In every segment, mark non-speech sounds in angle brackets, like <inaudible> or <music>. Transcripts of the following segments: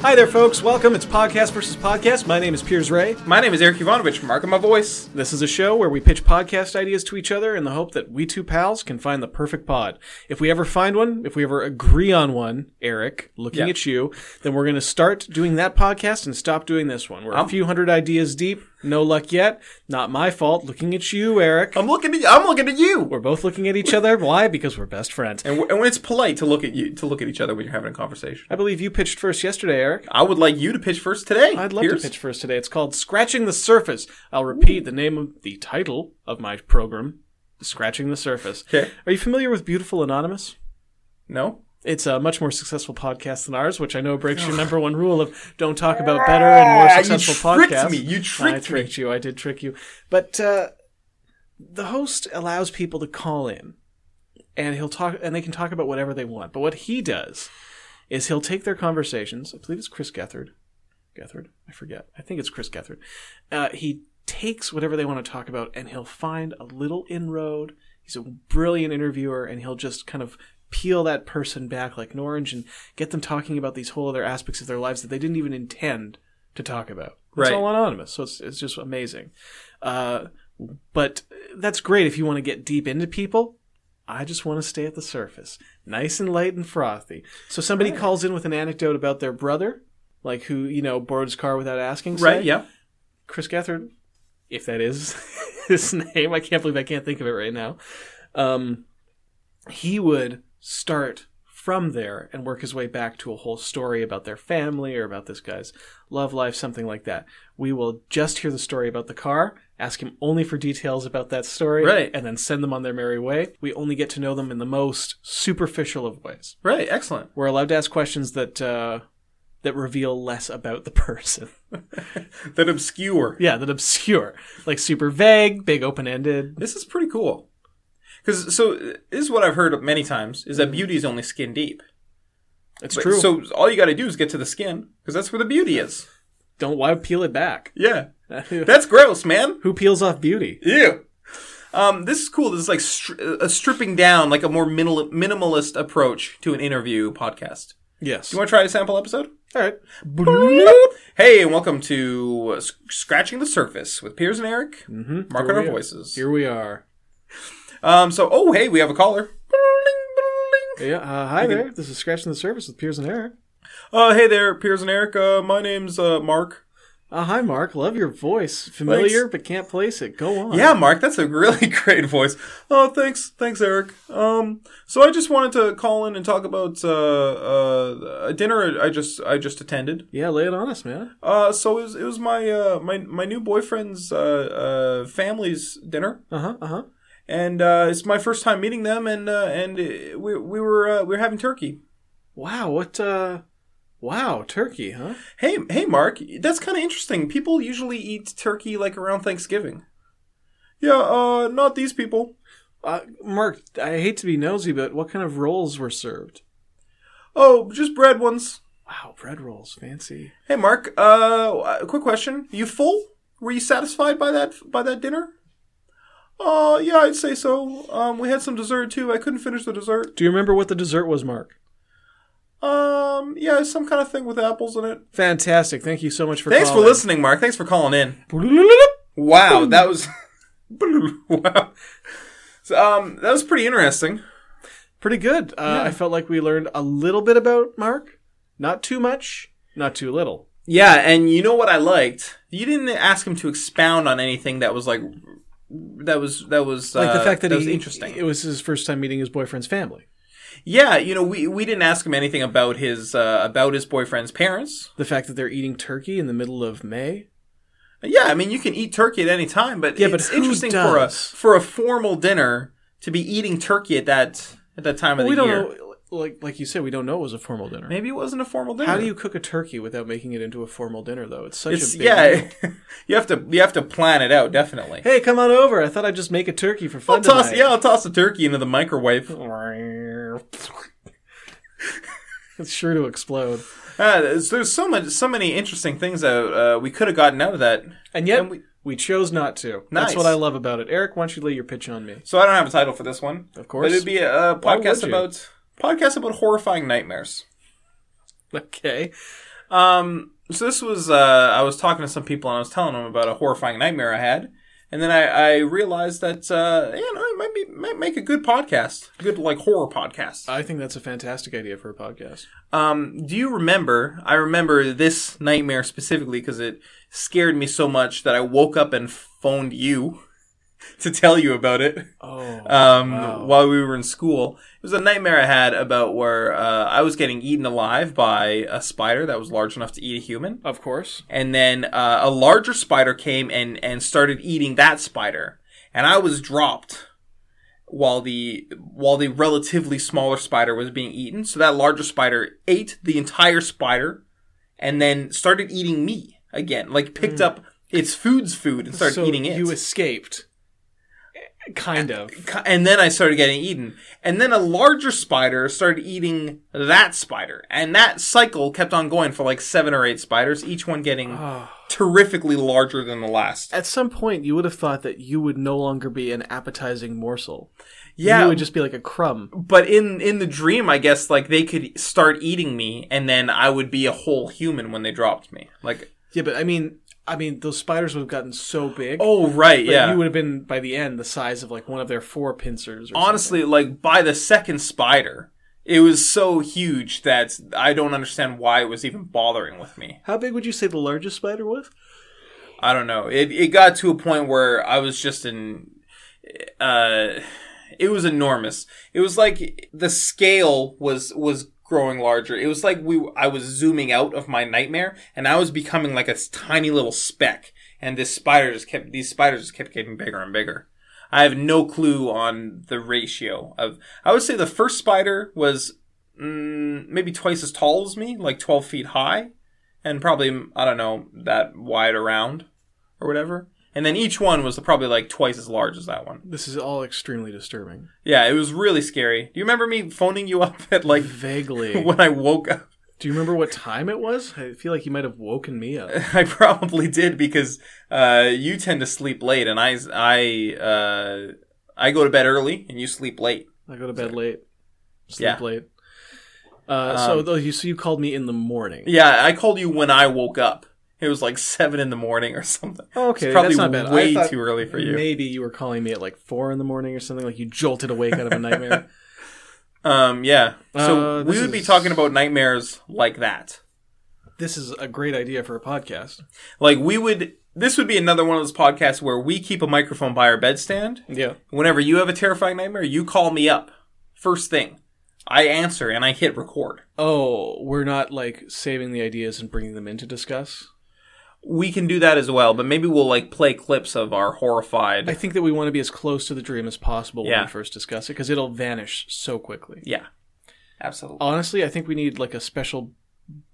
Hi there, folks. Welcome. It's Podcast versus Podcast. My name is Piers Ray. My name is Eric Ivanovich. Mark in my voice. This is a show where we pitch podcast ideas to each other in the hope that we two pals can find the perfect pod. If we ever find one, if we ever agree on one, Eric, looking Yeah. at you, then we're going to start doing that podcast and stop doing this one. We're Um. a few hundred ideas deep. No luck yet. Not my fault. Looking at you, Eric. I'm looking at you. I'm looking at you. we're both looking at each other. Why? Because we're best friends. And, w- and it's polite to look at you to look at each other when you're having a conversation. I believe you pitched first yesterday, Eric. I would like you to pitch first today. I'd love Pierce. to pitch first today. It's called Scratching the Surface. I'll repeat the name of the title of my program, Scratching the Surface. Okay. Are you familiar with Beautiful Anonymous? No. It's a much more successful podcast than ours, which I know breaks your number one rule of don't talk about better and more Ah, you successful tricked podcasts. me. You I tricked tricked you. I did trick you. But uh, the host allows people to call in, and he'll talk, and they can talk about whatever they want. But what he does is he'll take their conversations. I believe it's Chris Gethard. Gethard, I forget. I think it's Chris Gethard. Uh, he takes whatever they want to talk about, and he'll find a little inroad. He's a brilliant interviewer, and he'll just kind of peel that person back like an orange and get them talking about these whole other aspects of their lives that they didn't even intend to talk about. It's Right. all anonymous, so it's it's just amazing. Uh, but that's great if you want to get deep into people. I just want to stay at the surface, nice and light and frothy. So somebody calls in with an anecdote about their brother, like who you know borrowed his car without asking. say. Right. Yeah. Chris Gethard, if that is <laughs> his name, I can't believe I can't think of it right now. Um, he would start from there and work his way back to a whole story about their family or about this guy's love life, something like that. We will just hear the story about the car, ask him only for details about that story, Right. and then send them on their merry way. We only get to know them in the most superficial of ways. Right. Excellent. We're allowed to ask questions that uh, that reveal less about the <laughs> person. That obscure. Yeah, that obscure, like super vague, big open ended. This is pretty cool. Because so uh, this is what I've heard many times is that beauty is only skin deep. It's But- true. So So all you got to do is get to the skin because that's where the beauty is. don't why peel it back. Yeah. That's gross, man. Who peels off beauty? Ew. Um, this is cool. This is like stri- a stripping down, like a more minimal- minimalist approach to an interview podcast. Yes. You want to try a sample episode? All right. Hey, and welcome to uh, Sc- Scratching the Surface with Piers and Eric, mm-hmm. marking Here our we are. voices. Here we are. Um, so, oh hey, we have a caller. Yeah. Uh, hi there. This is scratching the surface with Piers and Eric. Uh, hey there, Piers and Eric. Uh, my name's uh, Mark. Uh, hi, Mark. Love your voice. Familiar, but can't place it. Go on. Yeah, Mark, that's a really <laughs> great voice. Oh, thanks, thanks, Eric. Um, so I just wanted to call in and talk about uh, uh, a dinner I just I just attended. Yeah. Lay it on us, man. Uh, so it was, it was my uh, my my new boyfriend's uh, uh, family's dinner, Uh huh. Uh huh. and uh, it's my first time meeting them, and uh, and uh, we we were uh, we were having turkey. Wow. What? uh Wow. Turkey, huh? Hey hey Mark, that's kind of interesting. People usually eat turkey like around Thanksgiving. Yeah, uh, not these people. Uh, Mark, I hate to be nosy, but what kind of rolls were served? Oh, just bread ones. Wow, bread rolls, fancy. Hey Mark, uh, a quick question: You full? Were you satisfied by that by that dinner? Uh, yeah, I'd say so. Um, we had some dessert too. I couldn't finish the dessert. Do you remember what the dessert was, Mark? Um, yeah, some kind of thing with apples in it. Fantastic. Thank you so much for Thanks for calling. listening, Mark. Thanks for calling in. for listening. Wow, that was <laughs> wow. So, um, that was pretty interesting. Pretty good. Uh, I felt like we learned a little bit about Mark. Not too much, not too little. Yeah, and you know what I liked? You didn't ask him to expound on anything that was like that was that was uh, Like the fact Uh, that, that he, was interesting. It was his first time meeting his boyfriend's family. yeah, you know, we we didn't ask him anything about his uh, about his boyfriend's parents. The fact that they're eating turkey in the middle of May. Yeah, I mean, you can eat turkey at any time, but Yeah, it's but who interesting does? for a for a formal dinner to be eating turkey at that at that time of We the don't year. know. Like like you said, we don't know it was a formal dinner. Maybe it wasn't a formal dinner. How do you cook a turkey without making it into a formal dinner, though? It's such It's, a big deal. yeah, <laughs> you have to you have to plan it out definitely. Hey, come on over. I thought I'd just make a turkey for fun I'll toss tonight. yeah, I'll toss a turkey into the microwave. <laughs> it's sure to explode. Uh, there's, there's so much so many interesting things that uh, we could have gotten out of that. And yet, And we, we- chose not to. That's Nice. what I love about it. Eric, why don't you lay your pitch on me? So I don't have a title for this one, Of course. But it'd be a, uh Why would podcast you? about podcast about horrifying nightmares. <laughs> Okay. Um, so this was uh, I was talking to some people and I was telling them about a horrifying nightmare I had, and then I, I realized that uh, you know it might be might make a good podcast, good like horror podcast. I think that's a fantastic idea for a podcast. Um, do you remember? I remember this nightmare specifically because it scared me so much that I woke up and phoned you <laughs> to tell you about it Oh, um, Wow. while we were in school. It was a nightmare I had about where uh, I was getting eaten alive by a spider that was large enough to eat a human, of course. and then uh, a larger spider came and and started eating that spider, and I was dropped while the while the relatively smaller spider was being eaten. So that larger spider ate the entire spider, and then started eating me again. Like picked up its food's food and started Hmm. so eating it. you escaped, kind of. Ki- and then I started getting eaten. And then a larger spider started eating that spider. And that cycle kept on going for like seven or eight spiders, each one getting Ah. terrifically larger than the last. At some point, you would have thought that you would no longer be an appetizing morsel. Yeah. you would just be like a crumb. But in in the dream, I guess like they could start eating me, and then I would be a whole human when they dropped me. Like, Yeah, but I mean, I mean, those spiders would have gotten so big. oh right, that yeah. you would have been by the end the size of like one of their four pincers. Or Honestly, like by the second spider, it was so huge that I don't understand why it was even bothering with me. something. how big would you say the largest spider was? I don't know. It it got to a point where I was just in uh it was enormous. It was like the scale was was growing larger. It was like we I was zooming out of my nightmare and I was becoming like a tiny little speck and this spider just kept these spiders just kept getting bigger and bigger. I have no clue on the ratio of I would say the first spider was mm, maybe twice as tall as me, like 12 feet high and probably I don't know that wide around or whatever. And then each one was probably like twice as large as that one. This is all extremely disturbing. Yeah, it was really scary. Do you remember me phoning you up <laughs> at like <laughs> Vaguely, when I woke up? do you remember what time it was? I feel like you might have woken me up. I probably did because uh, you tend to sleep late, and I I uh, I go to bed early, and you sleep late. I go to bed late, sleep Yeah. Um, late. Uh, so though you so you called me in the morning. Yeah, I called you when I woke up. It was like <laughs> seven in the morning or something. Okay, it's probably that's not bad. I way thought too early for you. Maybe you were calling me at like four in the morning or something. Like you jolted awake out of a <laughs> nightmare. Um, yeah. So Uh, we this would be is- talking about nightmares like that. this is a great idea for a podcast. Like we would this would be another one of those podcasts where we keep a microphone by our bedstand. Yeah. Whenever you have a terrifying nightmare, you call me up. First thing. I answer and I hit record. Oh, we're not like saving the ideas and bringing them in to discuss. We can do that as well, but maybe we'll like play clips of our horrified I think that we want to be as close to the dream as possible when Yeah. we first discuss it because it'll vanish so quickly. Yeah. Absolutely. Honestly, I think we need like a special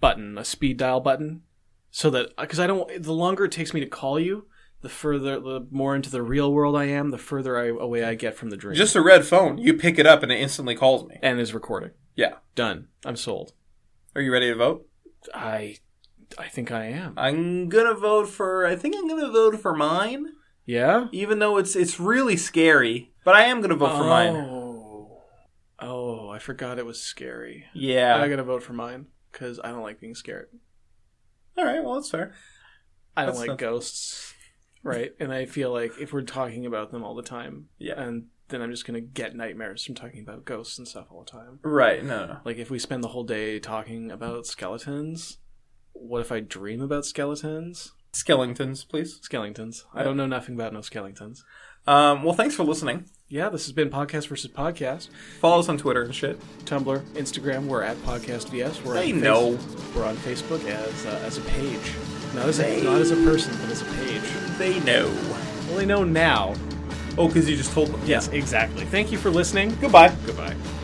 button, a speed dial button, so that because I don't. The longer it takes me to call you, the further, the more into the real world I am, the further I, away I get from the dream. Just a red phone. You pick it up and it instantly calls me. and is recording. Yeah. Done. I'm sold. Are you ready to vote? I, I think I am. I'm gonna vote for I think I'm gonna vote for mine. Yeah. Even though it's it's really scary. But I am gonna vote for mine. Oh. Oh, I forgot it was scary. Yeah. I gotta vote for mine because I don't like being scared. Alright, well that's fair. I don't That's like not- ghosts, right? And I feel like if we're talking about them all the time, Yeah. and then I'm just gonna get nightmares from talking about ghosts and stuff all the time. Right, no, no. Like if we spend the whole day talking about skeletons, what if I dream about skeletons? Skellingtons, please. Skeletons. I don't know nothing about no skeletons. Um, well, thanks for listening. Yeah, this has been podcast versus podcast. Follow us on Twitter and shit. Tumblr, Instagram. We're at Podcast VS. We're They on Face- know. We're on Facebook as uh, as a page, not as a, not as a person, but as a page. They know. Well, they know now. Oh, because you just told them. Yes, exactly. Thank you for listening. Goodbye. Goodbye.